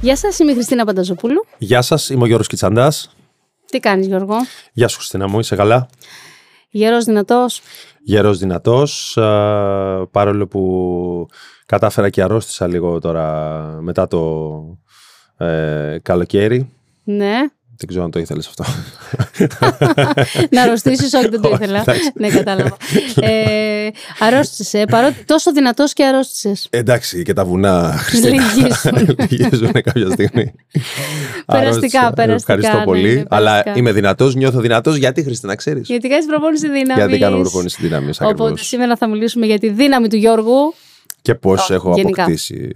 Γεια σας, είμαι η Χριστίνα Πανταζοπούλου. Γεια σας, είμαι ο Γιώργος Κιτσαντάς. Τι κάνεις Γιώργο, Γεια σου, Χριστίνα μου, είσαι καλά. γερός δυνατός, Γερός, δυνατός. Παρόλο που κατάφερα και αρρώστησα λίγο τώρα μετά το ε, καλοκαίρι. ναι, Δεν ξέρω αν το ήθελες αυτό. να αρρωστήσεις, όχι δεν το ήθελα, εντάξει. ναι κατάλαβα. ε, αρρώστησε, παρότι τόσο δυνατός και αρρώστησες. Εντάξει, και τα βουνά, Χριστίνα. Λυγίζουν. Λυγίζουν κάποια στιγμή. Περαστικά, Αρρώστησα. περαστικά, Ευχαριστώ ναι, πολύ. ναι, αλλά περαστικά. είμαι δυνατός, νιώθω δυνατός. Γιατί, Χριστίνα, ξέρεις. Γιατί κάνεις προπόνηση δύναμης. Γιατί κάνω προπόνηση δύναμη ακριβώ. Οπότε σήμερα θα μιλήσουμε για τη δύναμη του Γιώργου. Και πώς Όχι, έχω γενικά. αποκτήσει.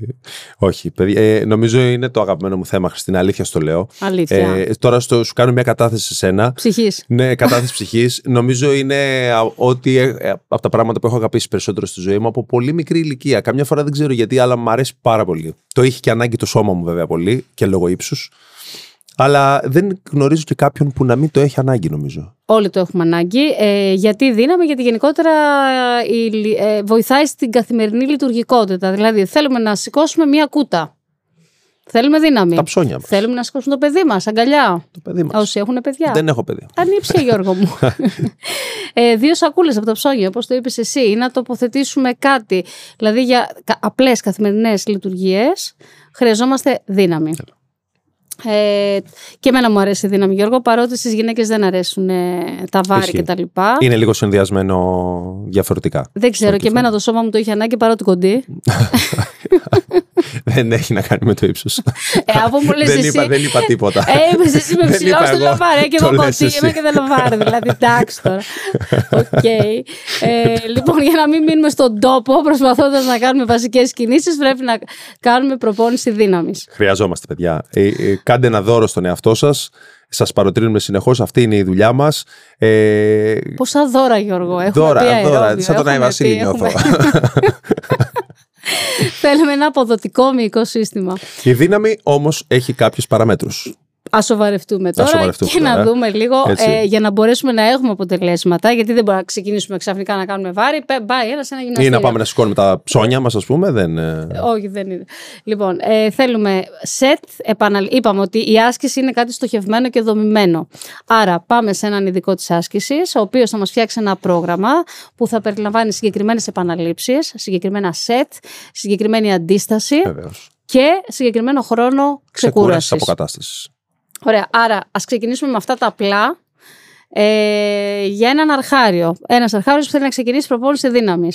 Όχι, παιδιά. ε, νομίζω είναι το αγαπημένο μου θέμα, Χριστίνα. Αλήθεια στο λέω. Ε, Αλήθεια. τώρα στο, σου κάνω μια κατάθεση σε σένα. Ψυχής. Ναι, κατάθεση ψυχής. Νομίζω είναι α, ότι ε, από τα πράγματα που έχω αγαπήσει περισσότερο στη ζωή μου από πολύ μικρή ηλικία. Καμιά φορά δεν ξέρω γιατί, αλλά μου αρέσει πάρα πολύ. Το είχε και ανάγκη το σώμα μου, βέβαια, πολύ και λόγω ύψους. Αλλά δεν γνωρίζω και κάποιον που να μην το έχει ανάγκη, νομίζω. Όλοι το έχουμε ανάγκη. Ε, γιατί η δύναμη, γιατί γενικότερα η, λι- ε, βοηθάει στην καθημερινή λειτουργικότητα. Δηλαδή, θέλουμε να σηκώσουμε μία κούτα. Θέλουμε δύναμη. Τα ψώνια μας. Θέλουμε να σηκώσουμε το παιδί μας, αγκαλιά. Το παιδί μας. Όσοι έχουν παιδιά. Δεν έχω παιδί. Ανήψε, Γιώργο μου. ε, δύο σακούλες από τα ψώνια, όπως το είπες εσύ, ή να τοποθετήσουμε κάτι. Δηλαδή, για απλές καθημερινές λειτουργίες χρειαζόμαστε δύναμη. Ε, και εμένα μου αρέσει η δύναμη, Γιώργο, παρότι στις γυναίκες δεν αρέσουν ε, τα βάρη Ισχύει. κτλ. Είναι λίγο συνδυασμένο διαφορετικά. Δεν ξέρω, Στο και εμένα το σώμα μου το είχε ανάγκη παρότι κοντή. Δεν έχει να κάνει με το ύψος. Ε, αφού μου λες δεν, εσύ- είπα, δεν είπα τίποτα. Ε, είμαι εσύ με Δεν ψηλό είπα στο εγώ. λαβάρι. Ε, Και Το εγώ λες κοντή εσύ. είμαι και δεν λαβάρι. Δηλαδή, εντάξει τώρα. Οκ. Ε, λοιπόν, για να μην μείνουμε στον τόπο, προσπαθώντας να κάνουμε βασικές κινήσεις, πρέπει να κάνουμε προπόνηση δύναμης. Χρειαζόμαστε, παιδιά. Ε, ε, κάντε ένα δώρο στον εαυτό σας. Σας παροτρύνουμε συνεχώς. Αυτή είναι η δουλειά μας. Ε, Πόσα δώρα, Γιώργο. Έχουμε δώρα, πει δώρα. αερόβιο, Σαν τον Άι έχουμε Βασίλη πει, νιώθω. έχουμε- Θέλουμε ένα αποδοτικό μυϊκό σύστημα. η δύναμη όμως έχει κάποιους παραμέτρους. Α σοβαρευτούμε τώρα σοβαρευτούμε και τώρα, να ε. δούμε λίγο Έτσι. ε, για να μπορέσουμε να έχουμε αποτελέσματα. Γιατί δεν μπορούμε να ξεκινήσουμε ξαφνικά να κάνουμε βάρη. Πε- Πάει ένα σε ένα Ή γυμναστήριο. να πάμε να σηκώνουμε τα ψώνια μας, ας πούμε. Δεν, ε, Όχι, δεν είναι. Λοιπόν, ε, θέλουμε σετ. Επαναλ... Είπαμε ότι η άσκηση είναι κάτι στοχευμένο και δομημένο. Άρα, πάμε σε έναν ειδικό της άσκησης, ο οποίος θα μας φτιάξει ένα πρόγραμμα που θα περιλαμβάνει συγκεκριμένες επαναλήψεις, συγκεκριμένα σετ, συγκεκριμένη αντίσταση Βεβαίως. και συγκεκριμένο χρόνο Ξεκούρασης ξεκούρασης. αποκατάστασης. Ωραία. Άρα, ας ξεκινήσουμε με αυτά τα απλά. Ε, για έναν αρχάριο. Ένας αρχάριος που θέλει να ξεκινήσει προπόνηση δύναμη.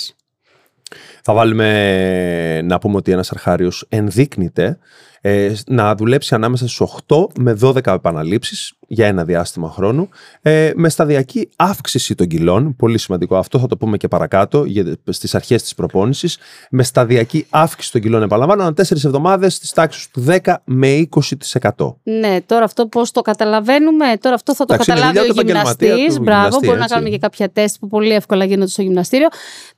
Θα βάλουμε να πούμε ότι ένας αρχάριος ενδείκνυται ε, να δουλέψει ανάμεσα στους 8 με 12 επαναλήψεις για ένα διάστημα χρόνου ε, με σταδιακή αύξηση των κιλών, πολύ σημαντικό αυτό θα το πούμε και παρακάτω για, στις αρχές της προπόνησης, με σταδιακή αύξηση των κιλών επαναλαμβάνω ανά 4 εβδομάδες στις τάξεις του 10 με 20%. Ναι, τώρα αυτό πώς το καταλαβαίνουμε, τώρα αυτό θα το Εντάξει, είναι καταλάβει ο δουλειά του επαγγελματία, γυμναστής. του Μπράβο, γυμναστή, μπορεί να έτσι. κάνουμε και κάποια τεστ που πολύ εύκολα γίνονται στο γυμναστήριο.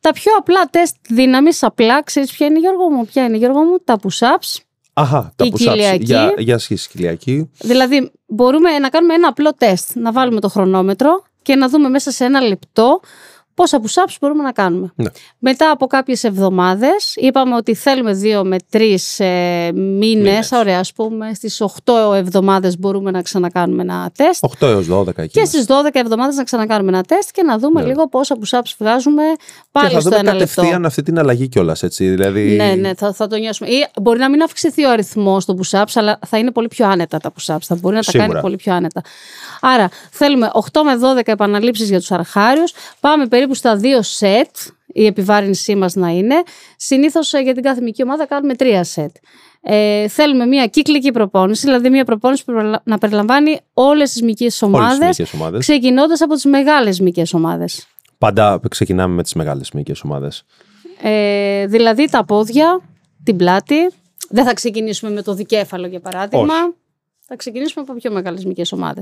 Τα πιο απλά τεστ δύναμης, απλά, ξέρεις ποια είναι Γιώργο μου, ποια είναι Γιώργο μου, τα push-ups. Αχα, τα Η push-ups κοιλιακή. για, για σχέση κοιλιακή. Δηλαδή, μπορούμε να κάνουμε ένα απλό τεστ, να βάλουμε το χρονόμετρο και να δούμε μέσα σε ένα λεπτό πόσα push-ups μπορούμε να κάνουμε. Ναι. Μετά από κάποιες εβδομάδες, είπαμε ότι θέλουμε δύο με τρεις ε, μήνες, Μήνες. ωραία, ας πούμε, στις 8 εβδομάδες μπορούμε να ξανακάνουμε ένα τεστ. 8 έως 12 εκεί. Και στι 12 εβδομάδες να ξανακάνουμε ένα τεστ και να δούμε λίγο πόσα push-ups βγάζουμε πάλι Ναι. Και θα στο δούμε ένα λεπτό. κατευθείαν αυτή την αλλαγή κιόλας. Δηλαδή... Ναι, ναι, θα, θα το νιώσουμε. Ή μπορεί να μην αυξηθεί ο αριθμός των push-ups, αλλά θα είναι πολύ πιο άνετα τα push-ups. Θα μπορεί να τα Σίγουρα. κάνει πολύ πιο άνετα. Άρα, θέλουμε 8 με 12 επαναλήψεις για τους αρχάριους. Πάμε περίπου στα 2 σετ, η επιβάρυνσή μας να είναι. Συνήθως για την κάθε μυϊκή ομάδα κάνουμε 3 σετ. Ε, θέλουμε μια κύκλικη προπόνηση, δηλαδή μια προπόνηση που περιλα- να περιλαμβάνει όλες τις μυϊκές όλες τις ομάδες, μυϊκές ομάδες. ξεκινώντας από τις μεγάλες μυϊκές ομάδες. Πάντα ξεκινάμε με τις μεγάλες μυϊκές ομάδες. Ε, δηλαδή τα πόδια, την πλάτη. Δεν θα ξεκινήσουμε με το δικέφαλο για παράδειγμα. Θα ξεκινήσουμε από πιο μεγάλες μυϊκές ομάδες.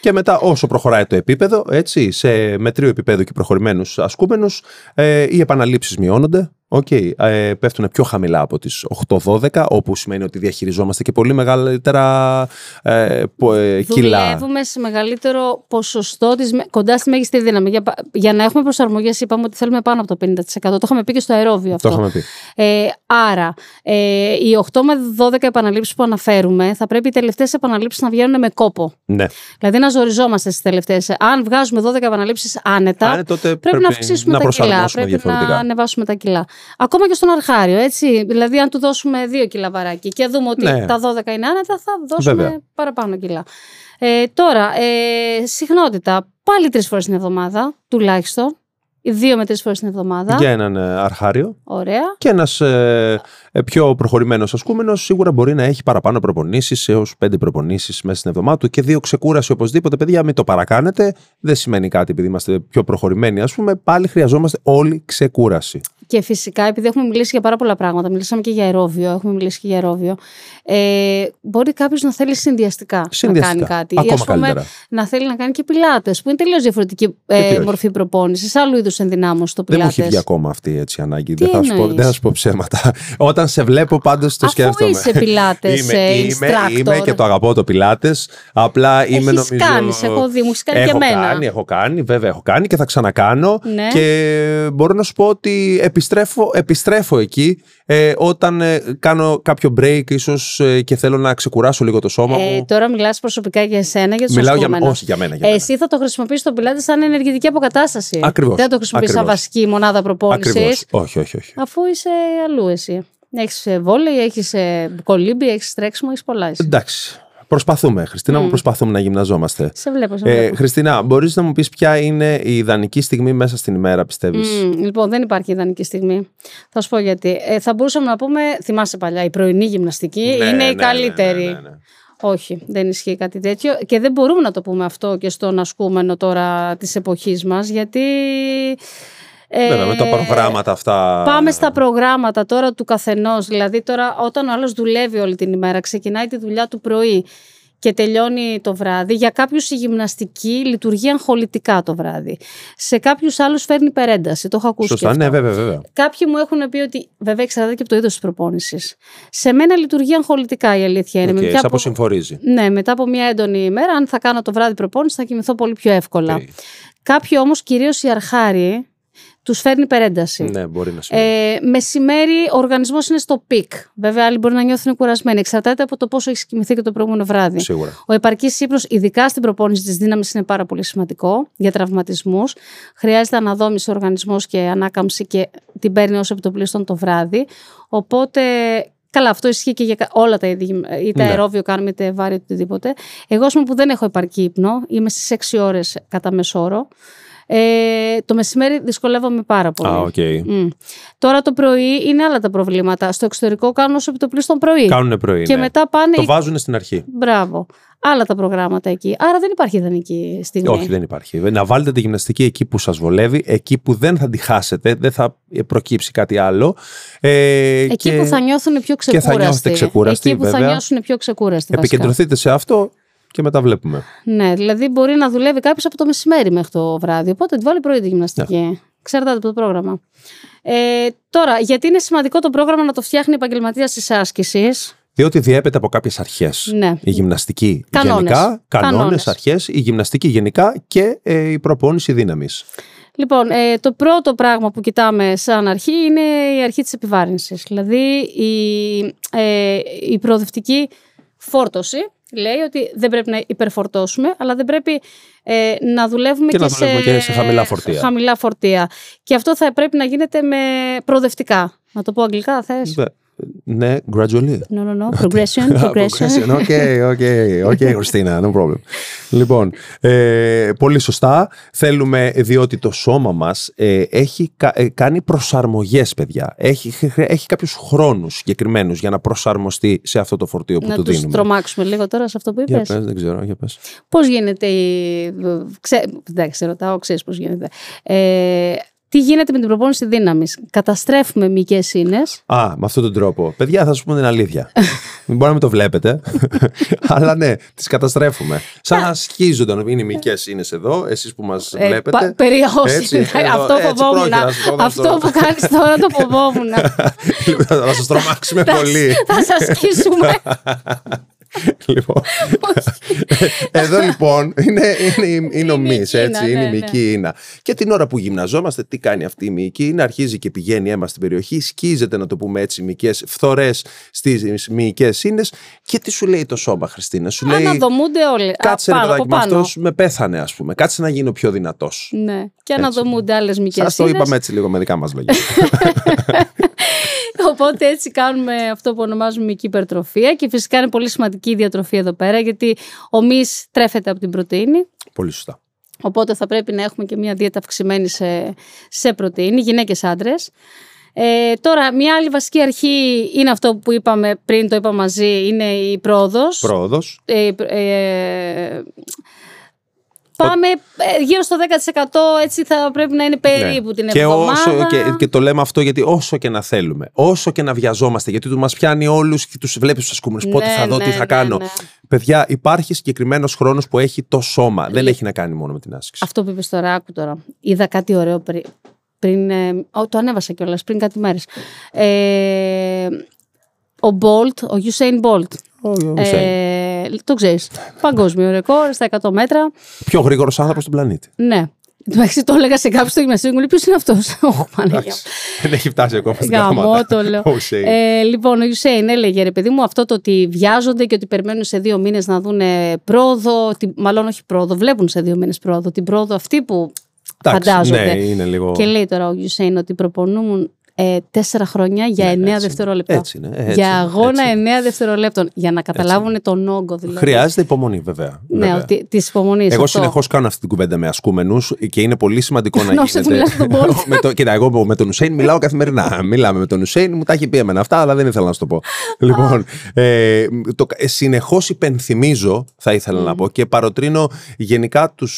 Και μετά, όσο προχωράει το επίπεδο, έτσι, σε μετρίο επίπεδο και προχωρημένους ασκούμενους, ε, οι επαναλήψεις μειώνονται. Οκ, ε, πέφτουν πιο χαμηλά από τις 8-12, όπου σημαίνει ότι διαχειριζόμαστε και πολύ μεγαλύτερα ε, πο- ε, κιλά. Δουλεύουμε σε μεγαλύτερο ποσοστό της, με- κοντά στη μέγιστη δύναμη. Για, πα- για να έχουμε προσαρμογές, είπαμε ότι θέλουμε πάνω από το 50%. Το είχαμε πει και στο αερόβιο Το αυτό. είχαμε πει. Ε, άρα, ε, οι 8 με 12 επαναλήψεις που αναφέρουμε, θα πρέπει οι τελευταίες επαναλήψεις να βγαίνουν με κόπο. Ναι. Δηλαδή, να ζοριζόμαστε στις τελευταίες. Αν βγάζουμε 12 επαναλήψεις άνετα, Αν είναι, τότε πρέπει, να αυξήσουμε να τα κιλά. προσαρμόσουμε Πρέπει να διαφορετικά. ανεβάσουμε τα κιλά. Ακόμα και στον αρχάριο, έτσι. Δηλαδή, αν του δώσουμε 2 κιλά βαράκι και δούμε ότι Ναι. τα 12 είναι άνετα, θα δώσουμε Βέβαια. παραπάνω κιλά. Ε, τώρα, ε, συχνότητα. Πάλι τρεις φορές την εβδομάδα, τουλάχιστον. Δύο με τρεις φορές την εβδομάδα. Για έναν ε, αρχάριο. Ωραία. Και ένας πιο προχωρημένος ασκούμενος σίγουρα μπορεί να έχει παραπάνω προπονήσεις, έως πέντε προπονήσεις μέσα στην εβδομάδα του και δύο ξεκούραση οπωσδήποτε. Παιδιά, μην το παρακάνετε. Δεν σημαίνει κάτι επειδή είμαστε πιο προχωρημένοι, ας πούμε. Πάλι χρειαζόμαστε όλοι ξεκούραση. Και φυσικά, επειδή έχουμε μιλήσει για πάρα πολλά πράγματα, μιλήσαμε και για αερόβιο, έχουμε μιλήσει και για αερόβιο. Ε, μπορεί κάποιος να θέλει συνδυαστικά, Συνδυαστικά. να κάνει κάτι. Ακόμα ας πούμε, καλύτερα. να θέλει να κάνει και πιλάτες, που είναι τελείως διαφορετική ε, τι όχι. μορφή προπόνησης, άλλου είδους ενδυνάμωση το Δεν μου πιλάτε. έχει βγει ακόμα αυτή έτσι, η ανάγκη. Τι Δεν θα, σου πω, εννοείς? δεν θα σου πω ψέματα. Όταν σε βλέπω, πάντως το Αφού σκέφτομαι. είσαι πιλάτες, είμαι, ε, είμαι, instructor. είμαι και το αγαπώ το πιλάτες. Απλά είμαι Έχεις νομίζω. κάνει, σε έχω δει, μου έχεις κάνει και έχω εμένα. κάνει, έχω κάνει, βέβαια έχω κάνει και θα ξανακάνω. Ναι. Και μπορώ να σου πω ότι επιστρέφω, επιστρέφω εκεί ε, όταν ε, κάνω κάποιο break, ίσως και θέλω να ξεκουράσω λίγο το σώμα Ε, μου. τώρα μιλάς προσωπικά για εσένα, για τους Μιλάω για, όχι για μένα. Για μένα. Εσύ θα το χρησιμοποιήσεις τον πιλάτε σαν ενεργητική αποκατάσταση. Ακριβώς. Δεν θα το χρησιμοποιήσει σαν Ακριβώς. βασική μονάδα Ακριβώ. προπόνηση, Όχι, όχι, όχι. αφού είσαι αλλού εσύ. Έχεις βόλεϊ, έχεις κολύμπι, έχεις τρέξιμο, έχεις πολλά. Εσύ. Εντάξει. Προσπαθούμε, Χριστίνα μου, προσπαθούμε να γυμναζόμαστε. Σε βλέπω, σε βλέπω. Ε, Χριστίνα, μπορείς να μου πεις ποια είναι η ιδανική στιγμή μέσα στην ημέρα, πιστεύεις. Μμμ, λοιπόν, δεν υπάρχει ιδανική στιγμή. Θα σου πω γιατί. Ε, θα μπορούσαμε να πούμε, θυμάσαι παλιά, η πρωινή Ναι, γυμναστική είναι η καλύτερη. Όχι, δεν ισχύει κάτι τέτοιο. Και δεν μπορούμε να το πούμε αυτό και στον ασκούμενο τώρα της εποχής μας, γιατί. ε, Βέβαια, με τα προγράμματα αυτά. Πάμε στα προγράμματα τώρα του καθενός. Δηλαδή, τώρα όταν ο άλλος δουλεύει όλη την ημέρα, ξεκινάει τη δουλειά του πρωί και τελειώνει το βράδυ. Για κάποιους η γυμναστική λειτουργεί αγχολητικά το βράδυ. Σε κάποιους άλλους φέρνει υπερένταση. Το έχω ακούσει. και Σωστά, αυτό. ναι, βέβαια, βέβαια. Κάποιοι μου έχουν πει ότι. Βέβαια, εξαρτάται και από το είδος της προπόνησης. Σε μένα λειτουργεί αγχολητικά η αλήθεια είναι. Οκ, Ε, Με σε ποια απο- αποσυμφορίζει. ναι, μετά από μια έντονη ημέρα, αν θα κάνω το βράδυ προπόνηση, θα κοιμηθώ πολύ πιο εύκολα. Κάποιοι όμως, κυρίως οι αρχάριοι, τους φέρνει υπερένταση. Ναι, μπορεί να σου πει. Ε, μεσημέρι ο οργανισμός είναι στο πικ. Βέβαια, άλλοι μπορεί να νιώθουν κουρασμένοι. Εξαρτάται από το πόσο έχει κοιμηθεί και το προηγούμενο βράδυ. Σίγουρα. Ο επαρκής ύπνος, ειδικά στην προπόνηση της δύναμης, είναι πάρα πολύ σημαντικό για τραυματισμούς. Χρειάζεται αναδόμηση ο οργανισμός και ανάκαμψη και την παίρνει ως επιτοπλίστων το βράδυ. Οπότε. Καλά, αυτό ισχύει και για κα- όλα τα είδη, γυμ- είτε Ναι. αερόβιο κάνουμε, είτε βάρη, οτιδήποτε. Εγώ, ας πούμε, που δεν έχω επαρκή ύπνο, είμαι στις 6 ώρες κατά μεσόρο. Ε, το μεσημέρι δυσκολεύομαι πάρα πολύ. Α, οκ. Μμ. Τώρα το πρωί είναι άλλα τα προβλήματα. Στο εξωτερικό κάνουν όσο επιτοπλίστων πρωί. Κάνουν πρωί. και ναι. μετά πάνε. Το οι- βάζουν στην αρχή. Μπράβο. Άλλα τα προγράμματα εκεί. Άρα δεν υπάρχει ιδανική στιγμή. Όχι, δεν υπάρχει. Να βάλετε τη γυμναστική εκεί που σας βολεύει, εκεί που δεν θα τη χάσετε, δεν θα προκύψει κάτι άλλο. Ε, Εκεί και που θα νιώθουν πιο θα ξεκούραστοι. νιώθετε ξεκούραστοι, Εκεί που βέβαια. θα νιώσουν πιο ξεκούραστοι. βασικά. επικεντρωθείτε σε αυτό και μετά βλέπουμε. Ναι, δηλαδή μπορεί να δουλεύει κάποιος από το μεσημέρι μέχρι το βράδυ. Οπότε τη βάλει πρωί τη Ναι. γυμναστική. Ξέρετε από το πρόγραμμα. Ε, τώρα, γιατί είναι σημαντικό το πρόγραμμα να το φτιάχνει επαγγελματία της άσκησης. Διότι διέπεται από κάποιες αρχές. Ναι. Η γυμναστική Κανόνες. γενικά, κανόνες, Κανόνες. αρχές, η γυμναστική γενικά και ε, η προπόνηση δύναμης. Λοιπόν, ε, το πρώτο πράγμα που κοιτάμε σαν αρχή είναι η αρχή της επιβάρυνσης. Δηλαδή, η, ε, η προοδευτική φόρτωση λέει ότι δεν πρέπει να υπερφορτώσουμε, αλλά δεν πρέπει ε, να δουλεύουμε, Και και, να δουλεύουμε και σε χαμηλά φορτία. χαμηλά φορτία. Και αυτό θα πρέπει να γίνεται με προοδευτικά. Να το πω αγγλικά, θες? Ναι, gradually. No, no, no. Progression, Α, progression. progression. Οκ, οκ, οκ, Χριστίνα, no problem. Λοιπόν, ε, πολύ σωστά. Θέλουμε, διότι το σώμα μας ε, έχει κα- ε, κάνει προσαρμογές, παιδιά. Έχει, χ- έχει κάποιους χρόνους συγκεκριμένους για να προσαρμοστεί σε αυτό το φορτίο που να του τους δίνουμε. τρομάξουμε λίγο τώρα σε αυτό που Για είπες. πες, δεν ξέρω, για πες. Πώς γίνεται η. Ξέ... Εντάξει, ρωτάω, ξέρεις πώς γίνεται. Ε, Τι γίνεται με την προπόνηση δύναμης. Καταστρέφουμε μυϊκές ίνες. Α, με αυτόν τον τρόπο. Παιδιά, θα σα πούμε την αλήθεια. Μπορεί να μην το βλέπετε. αλλά ναι, τις καταστρέφουμε. Σαν να σκίζονται. Είναι μυϊκές ίνες εδώ, εσείς που μας βλέπετε. Περιοχώ. Έτσι, εδώ, Ε, Αυτό έτσι, φοβόμουν. πρόχειρα, σας φοβόμουν Αυτό τώρα. που κάνεις τώρα το φοβόμουν. Λοιπόν, θα σας τρομάξουμε πολύ. Θα σας σκίσουμε. λοιπόν. Εδώ λοιπόν είναι, είναι, είναι ο Είναι η μυς, Κίνα, έτσι, είναι ναι, η μυϊκή ίνα. Και την ώρα που γυμναζόμαστε, τι κάνει αυτή η μυϊκή ίνα, αρχίζει και πηγαίνει αίμα στην περιοχή, σκίζεται να το πούμε έτσι μυϊκές φθορές στις μυϊκές ίνες και τι σου λέει το σώμα Χριστίνα, σου λέει Αναδομούνται όλοι. κάτσε Α, ρε πάνω, από παιδάκι με πάνω. αυτός με πέθανε ας πούμε, κάτσε να γίνω πιο δυνατός. Ναι. Και αναδομούνται άλλες μυϊκές Σας το είπαμε έτσι λίγο με δικά μας λόγια. Οπότε έτσι κάνουμε αυτό που ονομάζουμε μυϊκή υπερτροφία και φυσικά είναι πολύ σημαντική η διατροφή εδώ πέρα γιατί ο μυς τρέφεται από την πρωτεΐνη Πολύ σωστά. οπότε θα πρέπει να έχουμε και μια δίαιτα αυξημένη σε, σε πρωτεΐνη, γυναίκες άντρες. Ε, τώρα, μια άλλη βασική αρχή είναι αυτό που είπαμε πριν, το είπα μαζί, είναι η πρόοδος. Πρόοδος. Ε, ε, Πάμε ε, γύρω στο 10% έτσι θα πρέπει να είναι περίπου Ναι. την και εβδομάδα. Όσο, και, και το λέμε αυτό γιατί όσο και να θέλουμε, όσο και να βιαζόμαστε, γιατί τους μας πιάνει όλους και τους βλέπεις τους ασκούμενους. Ναι, πότε θα δω, ναι, τι θα ναι, κάνω. ναι. Παιδιά, υπάρχει συγκεκριμένος χρόνος που έχει το σώμα. Δεν έχει να κάνει μόνο με την άσκηση. Αυτό που είπες τώρα, άκου τώρα. Είδα κάτι ωραίο πρι- πριν. ε, ο, το ανέβασα κιόλας πριν κάτι μέρες. Ε, ο Bolt, ο Usain Bolt. Ο- ο Usain. Ε, το ξέρεις. Παγκόσμιο ρεκόρ στα 100 μέτρα. Πιο γρήγορος άνθρωπος στον πλανήτη. Ναι. Εντάξει, το έλεγα σε κάποιον στο γυμναστήριο και μου λέει Ποιος είναι αυτός. Όχι, Παναγία. Εντάξει. Δεν έχει φτάσει ακόμα στην Γαμό το λέω. Ο Usain. Ε, λοιπόν, ο Ιουσέιν έλεγε ρε παιδί μου αυτό το ότι βιάζονται και ότι περιμένουν σε δύο μήνες να δουν πρόοδο. τι- μάλλον όχι πρόοδο, βλέπουν σε δύο μήνες πρόοδο. Την πρόοδο αυτή που Εντάξει, φαντάζονται. Ναι, είναι λίγο. Και λέει τώρα ο Γιουσέιν ότι προπονούμουν ε, τέσσερα χρόνια για εννέα Ναι, έτσι δευτερόλεπτα. είναι, έτσι είναι, έτσι είναι, για αγώνα έτσι εννέα δευτερολέπτων. Για να καταλάβουν τον όγκο δηλαδή. Χρειάζεται υπομονή, βέβαια. Ναι, βέβαια. ότι της υπομονής. Εγώ συνεχώς κάνω αυτή την κουβέντα με ασκούμενους και είναι πολύ σημαντικό να Νόμιζα ότι γίνεται. μιλάς με τον Bolt. με το, κοίτα, εγώ με τον Ουσέιν μιλάω καθημερινά. Μιλάμε με τον Ουσέιν, μου τα έχει πει εμένα αυτά, αλλά δεν ήθελα να σου το πω. λοιπόν, ε, το, συνεχώς υπενθυμίζω, θα ήθελα να πω, και παροτρύνω γενικά τους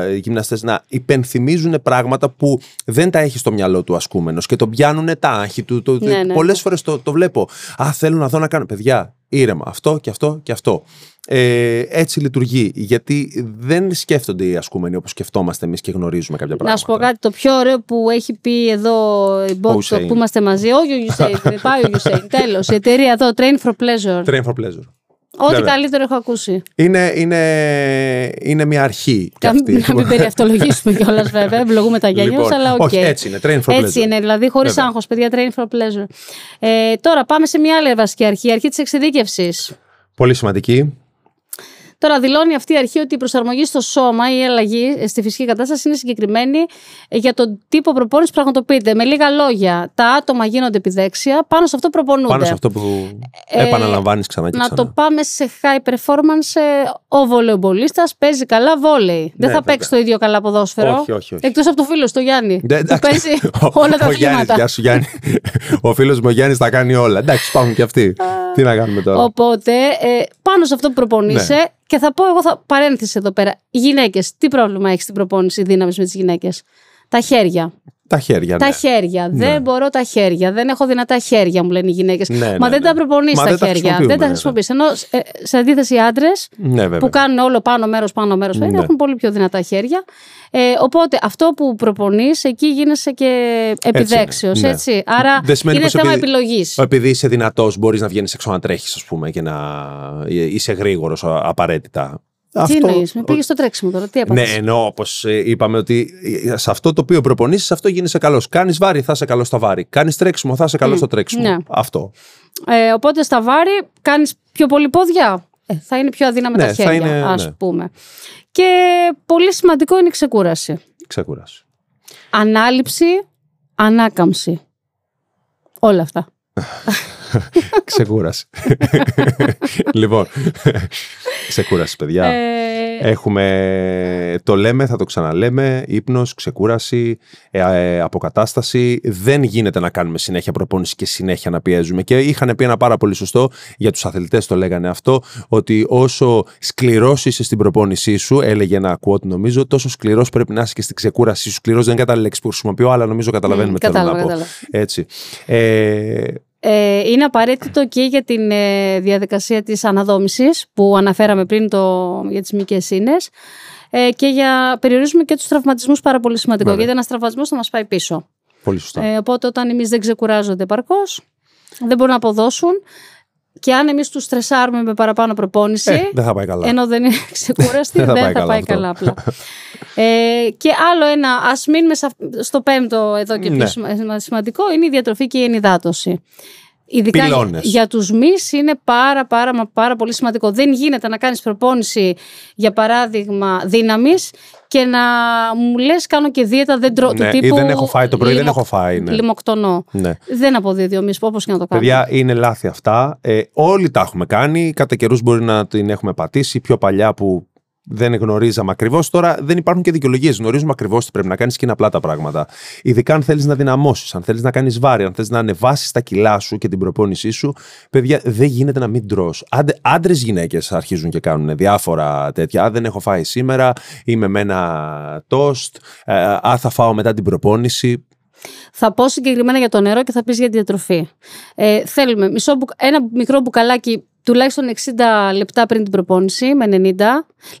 ε, γυμναστές να υπενθυμίζουν πράγματα που δεν τα έχει στο μυαλό του ασκούμενος και τον πιάνουν τα άγχη του. Το, Ναι, ναι. Πολλές φορές το, το βλέπω. Α, θέλω να δω να κάνω. Παιδιά, ήρεμα. Αυτό και αυτό και αυτό. Ε, έτσι λειτουργεί. Γιατί δεν σκέφτονται οι ασκούμενοι όπως σκεφτόμαστε εμείς και γνωρίζουμε κάποια Να πράγματα. σου πω κάτι το πιο ωραίο που έχει πει εδώ η Μπότσο Usain. που είμαστε μαζί. Όχι ο Γιουσέιν, πάει ο Γιουσέιν. Τέλος. Η εταιρεία εδώ, Train for Pleasure. Train for pleasure. Ό,τι Βέβαια. καλύτερο έχω ακούσει. Είναι, είναι, είναι μια αρχή. κι Να μην- αυτή. Να μην περιαυτολογήσουμε κιόλας, βέβαια. Ευλογούμε τα γυαλιά μα, Λοιπόν, αλλά οκ. όχι, έτσι είναι, train for Έτσι pleasure. είναι, δηλαδή χωρίς Βέβαια. άγχος, παιδιά, train for pleasure. Ε, τώρα πάμε σε μια άλλη βασική αρχή, η αρχή της εξειδίκευσης. Πολύ σημαντική. Τώρα δηλώνει αυτή η αρχή ότι η προσαρμογή στο σώμα ή η αλλαγή ε, στη φυσική κατάσταση είναι συγκεκριμένη ε, για τον τύπο προπόνηση που πραγματοποιείται. Με λίγα λόγια, τα άτομα γίνονται επιδέξια, πάνω σε αυτό προπονούνται. Πάνω σε αυτό που επαναλαμβάνεις ξανά και Ε, Να ξανά. το πάμε σε high performance. ε, Ο βολεομπολίστας παίζει καλά βόλεϊ. Δεν θα Ναι, βέβαια. παίξει το ίδιο καλά ποδόσφαιρο. Όχι, όχι, όχι. Εκτός από το φίλο του Γιάννη. Ναι, που εντάξει. παίζει Ο- όλα τα ο Γιάννης, αθλήματα. Γεια σου, Γιάννη. ο φίλος μου ο Γιάννης τα κάνει όλα. Εντάξει, υπάρχουν και αυτοί. Τι να κάνουμε τώρα. Ναι. Οπότε, ε, πάνω σε αυτό που προπονείσαι, και θα πω εγώ θα παρένθεση εδώ πέρα. Οι γυναίκες, τι πρόβλημα έχει στην προπόνηση δύναμης με τις γυναίκες. Τα χέρια. Τα χέρια. Τα ναι. χέρια. Δεν μπορώ τα χέρια. Δεν έχω δυνατά χέρια, μου λένε οι γυναίκες. Ναι, Μα ναι, δεν ναι. τα προπονείς Μα τα δεν τα χέρια. χρησιμοποιούμε, δεν τα ναι, ναι. χρησιμοποιείς. Ενώ ε, σε αντίθεση οι άντρες, Ναι, βέβαια. που κάνουν όλο πάνω μέρος, πάνω μέρος, Ναι. έχουν πολύ πιο δυνατά χέρια. Ε, οπότε αυτό που προπονείς, εκεί γίνεσαι και επιδέξιος. Έτσι, ναι. Άρα Δεν σημαίνει είναι πως θέμα επειδή- επιλογής. Επειδή είσαι δυνατός, μπορείς να βγαίνεις έξω να τρέχεις, ας πούμε, και να είσαι γρήγορος απαραίτητα. Τι εννοείς, με πήγες στο τρέξιμο τώρα, τι έπαθες. Ναι, εννοώ όπως είπαμε ότι ε, σε αυτό το οποίο προπονείς, σε αυτό γίνεσαι καλός. Κάνεις βάρη, θα είσαι καλός στα βάρη. Κάνεις τρέξιμο, θα είσαι καλός στο τρέξιμο. ναι. Αυτό. Ε, οπότε στα βάρη κάνεις πιο πολύ πόδια. Ε, θα είναι πιο αδύναμα Ναι, τα θα είναι- χέρια, α ναι. πούμε. Και πολύ σημαντικό είναι η ξεκούραση. Ξεκούραση. Ανάληψη, ανάκαμψη. Όλα αυτά. Ξεκούρασε. λοιπόν, ξεκούρασε, παιδιά. Ε, Έχουμε, το λέμε, θα το ξαναλέμε, ύπνος, ξεκούραση, ε, ε, αποκατάσταση. Δεν γίνεται να κάνουμε συνέχεια προπόνηση και συνέχεια να πιέζουμε. Και είχαν πει ένα πάρα πολύ σωστό, για τους αθλητές το λέγανε αυτό, ότι όσο σκληρός είσαι στην προπόνησή σου, έλεγε ένα quote νομίζω, τόσο σκληρός πρέπει να είσαι και στην ξεκούρασή σου. Σκληρός δεν είναι κατάλληλη λέξη που χρησιμοποιώ, αλλά νομίζω καταλαβαίνουμε τι θέλω να Ναι, κατάλαβα, πω. κατάλαβα. Έτσι. Ε, Ε, είναι απαραίτητο και για την ε, διαδικασία της αναδόμησης που αναφέραμε πριν το, για τις μυϊκές σύνες ε, και για, περιορίζουμε και τους τραυματισμούς πάρα πολύ σημαντικό Βέβαια. γιατί ένας τραυματισμός θα μας πάει πίσω. πολύ σωστά. Ε, οπότε όταν εμείς δεν ξεκουράζονται παρκώς, δεν μπορούν να αποδώσουν και αν εμείς τους στρεσάρουμε με παραπάνω προπόνηση, Ε, δεν θα πάει καλά. ενώ δεν είναι ξεκούραστη, Δεν δεν θα θα πάει πάει, καλά αυτό. καλά απλά. ε, και άλλο ένα, ας μείνουμε σε αυ- στο πέμπτο εδώ και Ναι. πιο σημα- σημαντικό, είναι η διατροφή και η ενυδάτωση. Ειδικά Πυλώνες. για τους μυς είναι πάρα, πάρα, μα πάρα πολύ σημαντικό. Δεν γίνεται να κάνεις προπόνηση, για παράδειγμα, δύναμης και να μου λες κάνω και δίαιτα, δεν τρώω. του Ναι, ή τύπου δεν έχω φάει το πρωί, δεν έχω φάει, ναι. λιμοκτονό. Ναι. Δεν αποδίδει ο μυς, όπως και να το κάνουμε. Παιδιά, είναι λάθη αυτά. Ε, όλοι τα έχουμε κάνει. Κατά καιρούς μπορεί να την έχουμε πατήσει. Πιο παλιά που δεν γνωρίζαμε ακριβώς. Τώρα δεν υπάρχουν και δικαιολογίες. Γνωρίζουμε ακριβώς τι πρέπει να κάνεις και είναι απλά τα πράγματα. Ειδικά αν θέλεις να δυναμώσεις, αν θέλεις να κάνεις βάρη, αν θέλεις να ανεβάσεις τα κιλά σου και την προπόνησή σου. Παιδιά, δεν γίνεται να μην τρώ. Άντρες γυναίκες αρχίζουν και κάνουν διάφορα τέτοια. Α, δεν έχω φάει σήμερα. Είμαι με ένα τόστ. Ε, α, θα φάω μετά την προπόνηση. Θα πω συγκεκριμένα για το νερό και θα πεις για τη διατροφή. Ε, θέλουμε μισό μπουκα- ένα μικρό μπουκαλάκι τουλάχιστον 60 λεπτά πριν την προπόνηση, με 90.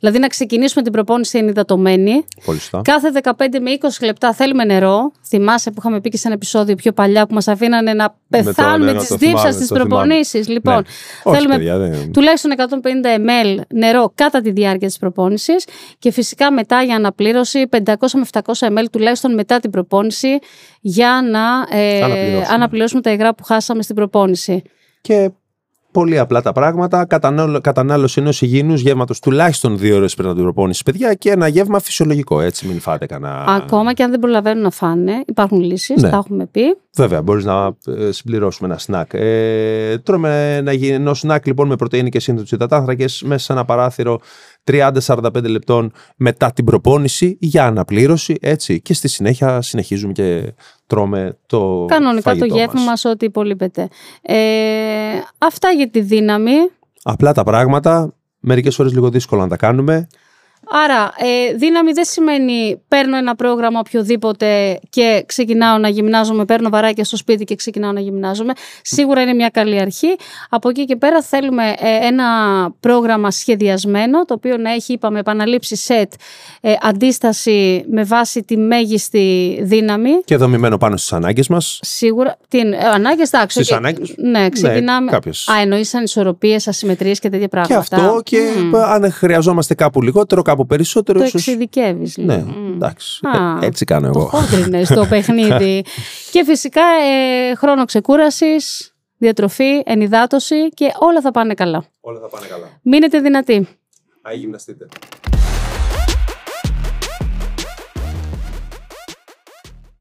Δηλαδή να ξεκινήσουμε την προπόνηση ενυδατωμένη. Πολύ σωστά. Κάθε 15 με 20 λεπτά θέλουμε νερό. Θυμάσαι που είχαμε πει και σε ένα επεισόδιο πιο παλιά που μας αφήνανε να το πεθάνουμε νερό, τις το θυμάμαι, δίψα το στις θυμάμαι. Ναι. προπονήσεις. Λοιπόν, Όχι, θέλουμε παιδιά, δεν... τουλάχιστον 150 ml νερό κατά τη διάρκεια της προπόνησης και φυσικά μετά για αναπλήρωση 500 με 700 ml τουλάχιστον μετά την προπόνηση για να ε, Αναπληρώσουμε. αναπληρώσουμε τα υγρά που χάσαμε στην προπόνηση. και πολύ απλά τα πράγματα. Κατανάλω- Κατανάλωση ενός υγιεινούς γεύματος τουλάχιστον δύο ώρες πριν από την προπόνησης, παιδιά, και ένα γεύμα φυσιολογικό. Έτσι, μην φάτε κανένα. Ακόμα και αν δεν προλαβαίνουν να φάνε, υπάρχουν λύσεις, Ναι. τα έχουμε πει. Βέβαια, μπορείς να ε, συμπληρώσουμε ένα σνακ. Ε, τρώμε ένα γυμνό σνακ λοιπόν με πρωτενη και σύνθετου υδατάνθρακε μέσα σε ένα παράθυρο 30-45 λεπτών μετά την προπόνηση για αναπλήρωση. Έτσι, και στη συνέχεια συνεχίζουμε και τρώμε το. Κανονικά το φαγητό γεύμα μας ό,τι υπολείπεται. Ε, αυτά για τη δύναμη. Απλά τα πράγματα. Μερικές φορές λίγο δύσκολο να τα κάνουμε. Άρα, ε, δύναμη δεν σημαίνει παίρνω ένα πρόγραμμα οποιοδήποτε και ξεκινάω να γυμνάζομαι, παίρνω βαράκια στο σπίτι και ξεκινάω να γυμνάζομαι. Σίγουρα είναι μια καλή αρχή. Από εκεί και πέρα θέλουμε ε, ένα πρόγραμμα σχεδιασμένο, το οποίο να έχει, είπαμε, επαναλήψη σετ, ε, αντίσταση με βάση τη μέγιστη δύναμη. Και δομημένο πάνω στις ανάγκες μας. Σίγουρα. Την ε, ανάγκες, εντάξει. Στις οκ. ανάγκες. Ναι, ξεκινάμε. κάποιες. Α, εννοείς ανισορροπίες, ασυμμετρίες και τέτοια Και πράγματα. αυτό και Μμμ. αν χρειαζόμαστε κάπου λιγότερο, κάπου περισσότερο. Το λοιπόν. ίσως... εξειδικεύεις. Ναι, εντάξει. Α, Ε, έτσι κάνω Το εγώ. χόντρινε στο παιχνίδι. και φυσικά ε, χρόνο ξεκούρασης, διατροφή, ενυδάτωση και όλα θα πάνε καλά. Όλα θα πάνε καλά. Μείνετε δυνατοί. Αγυμναστείτε.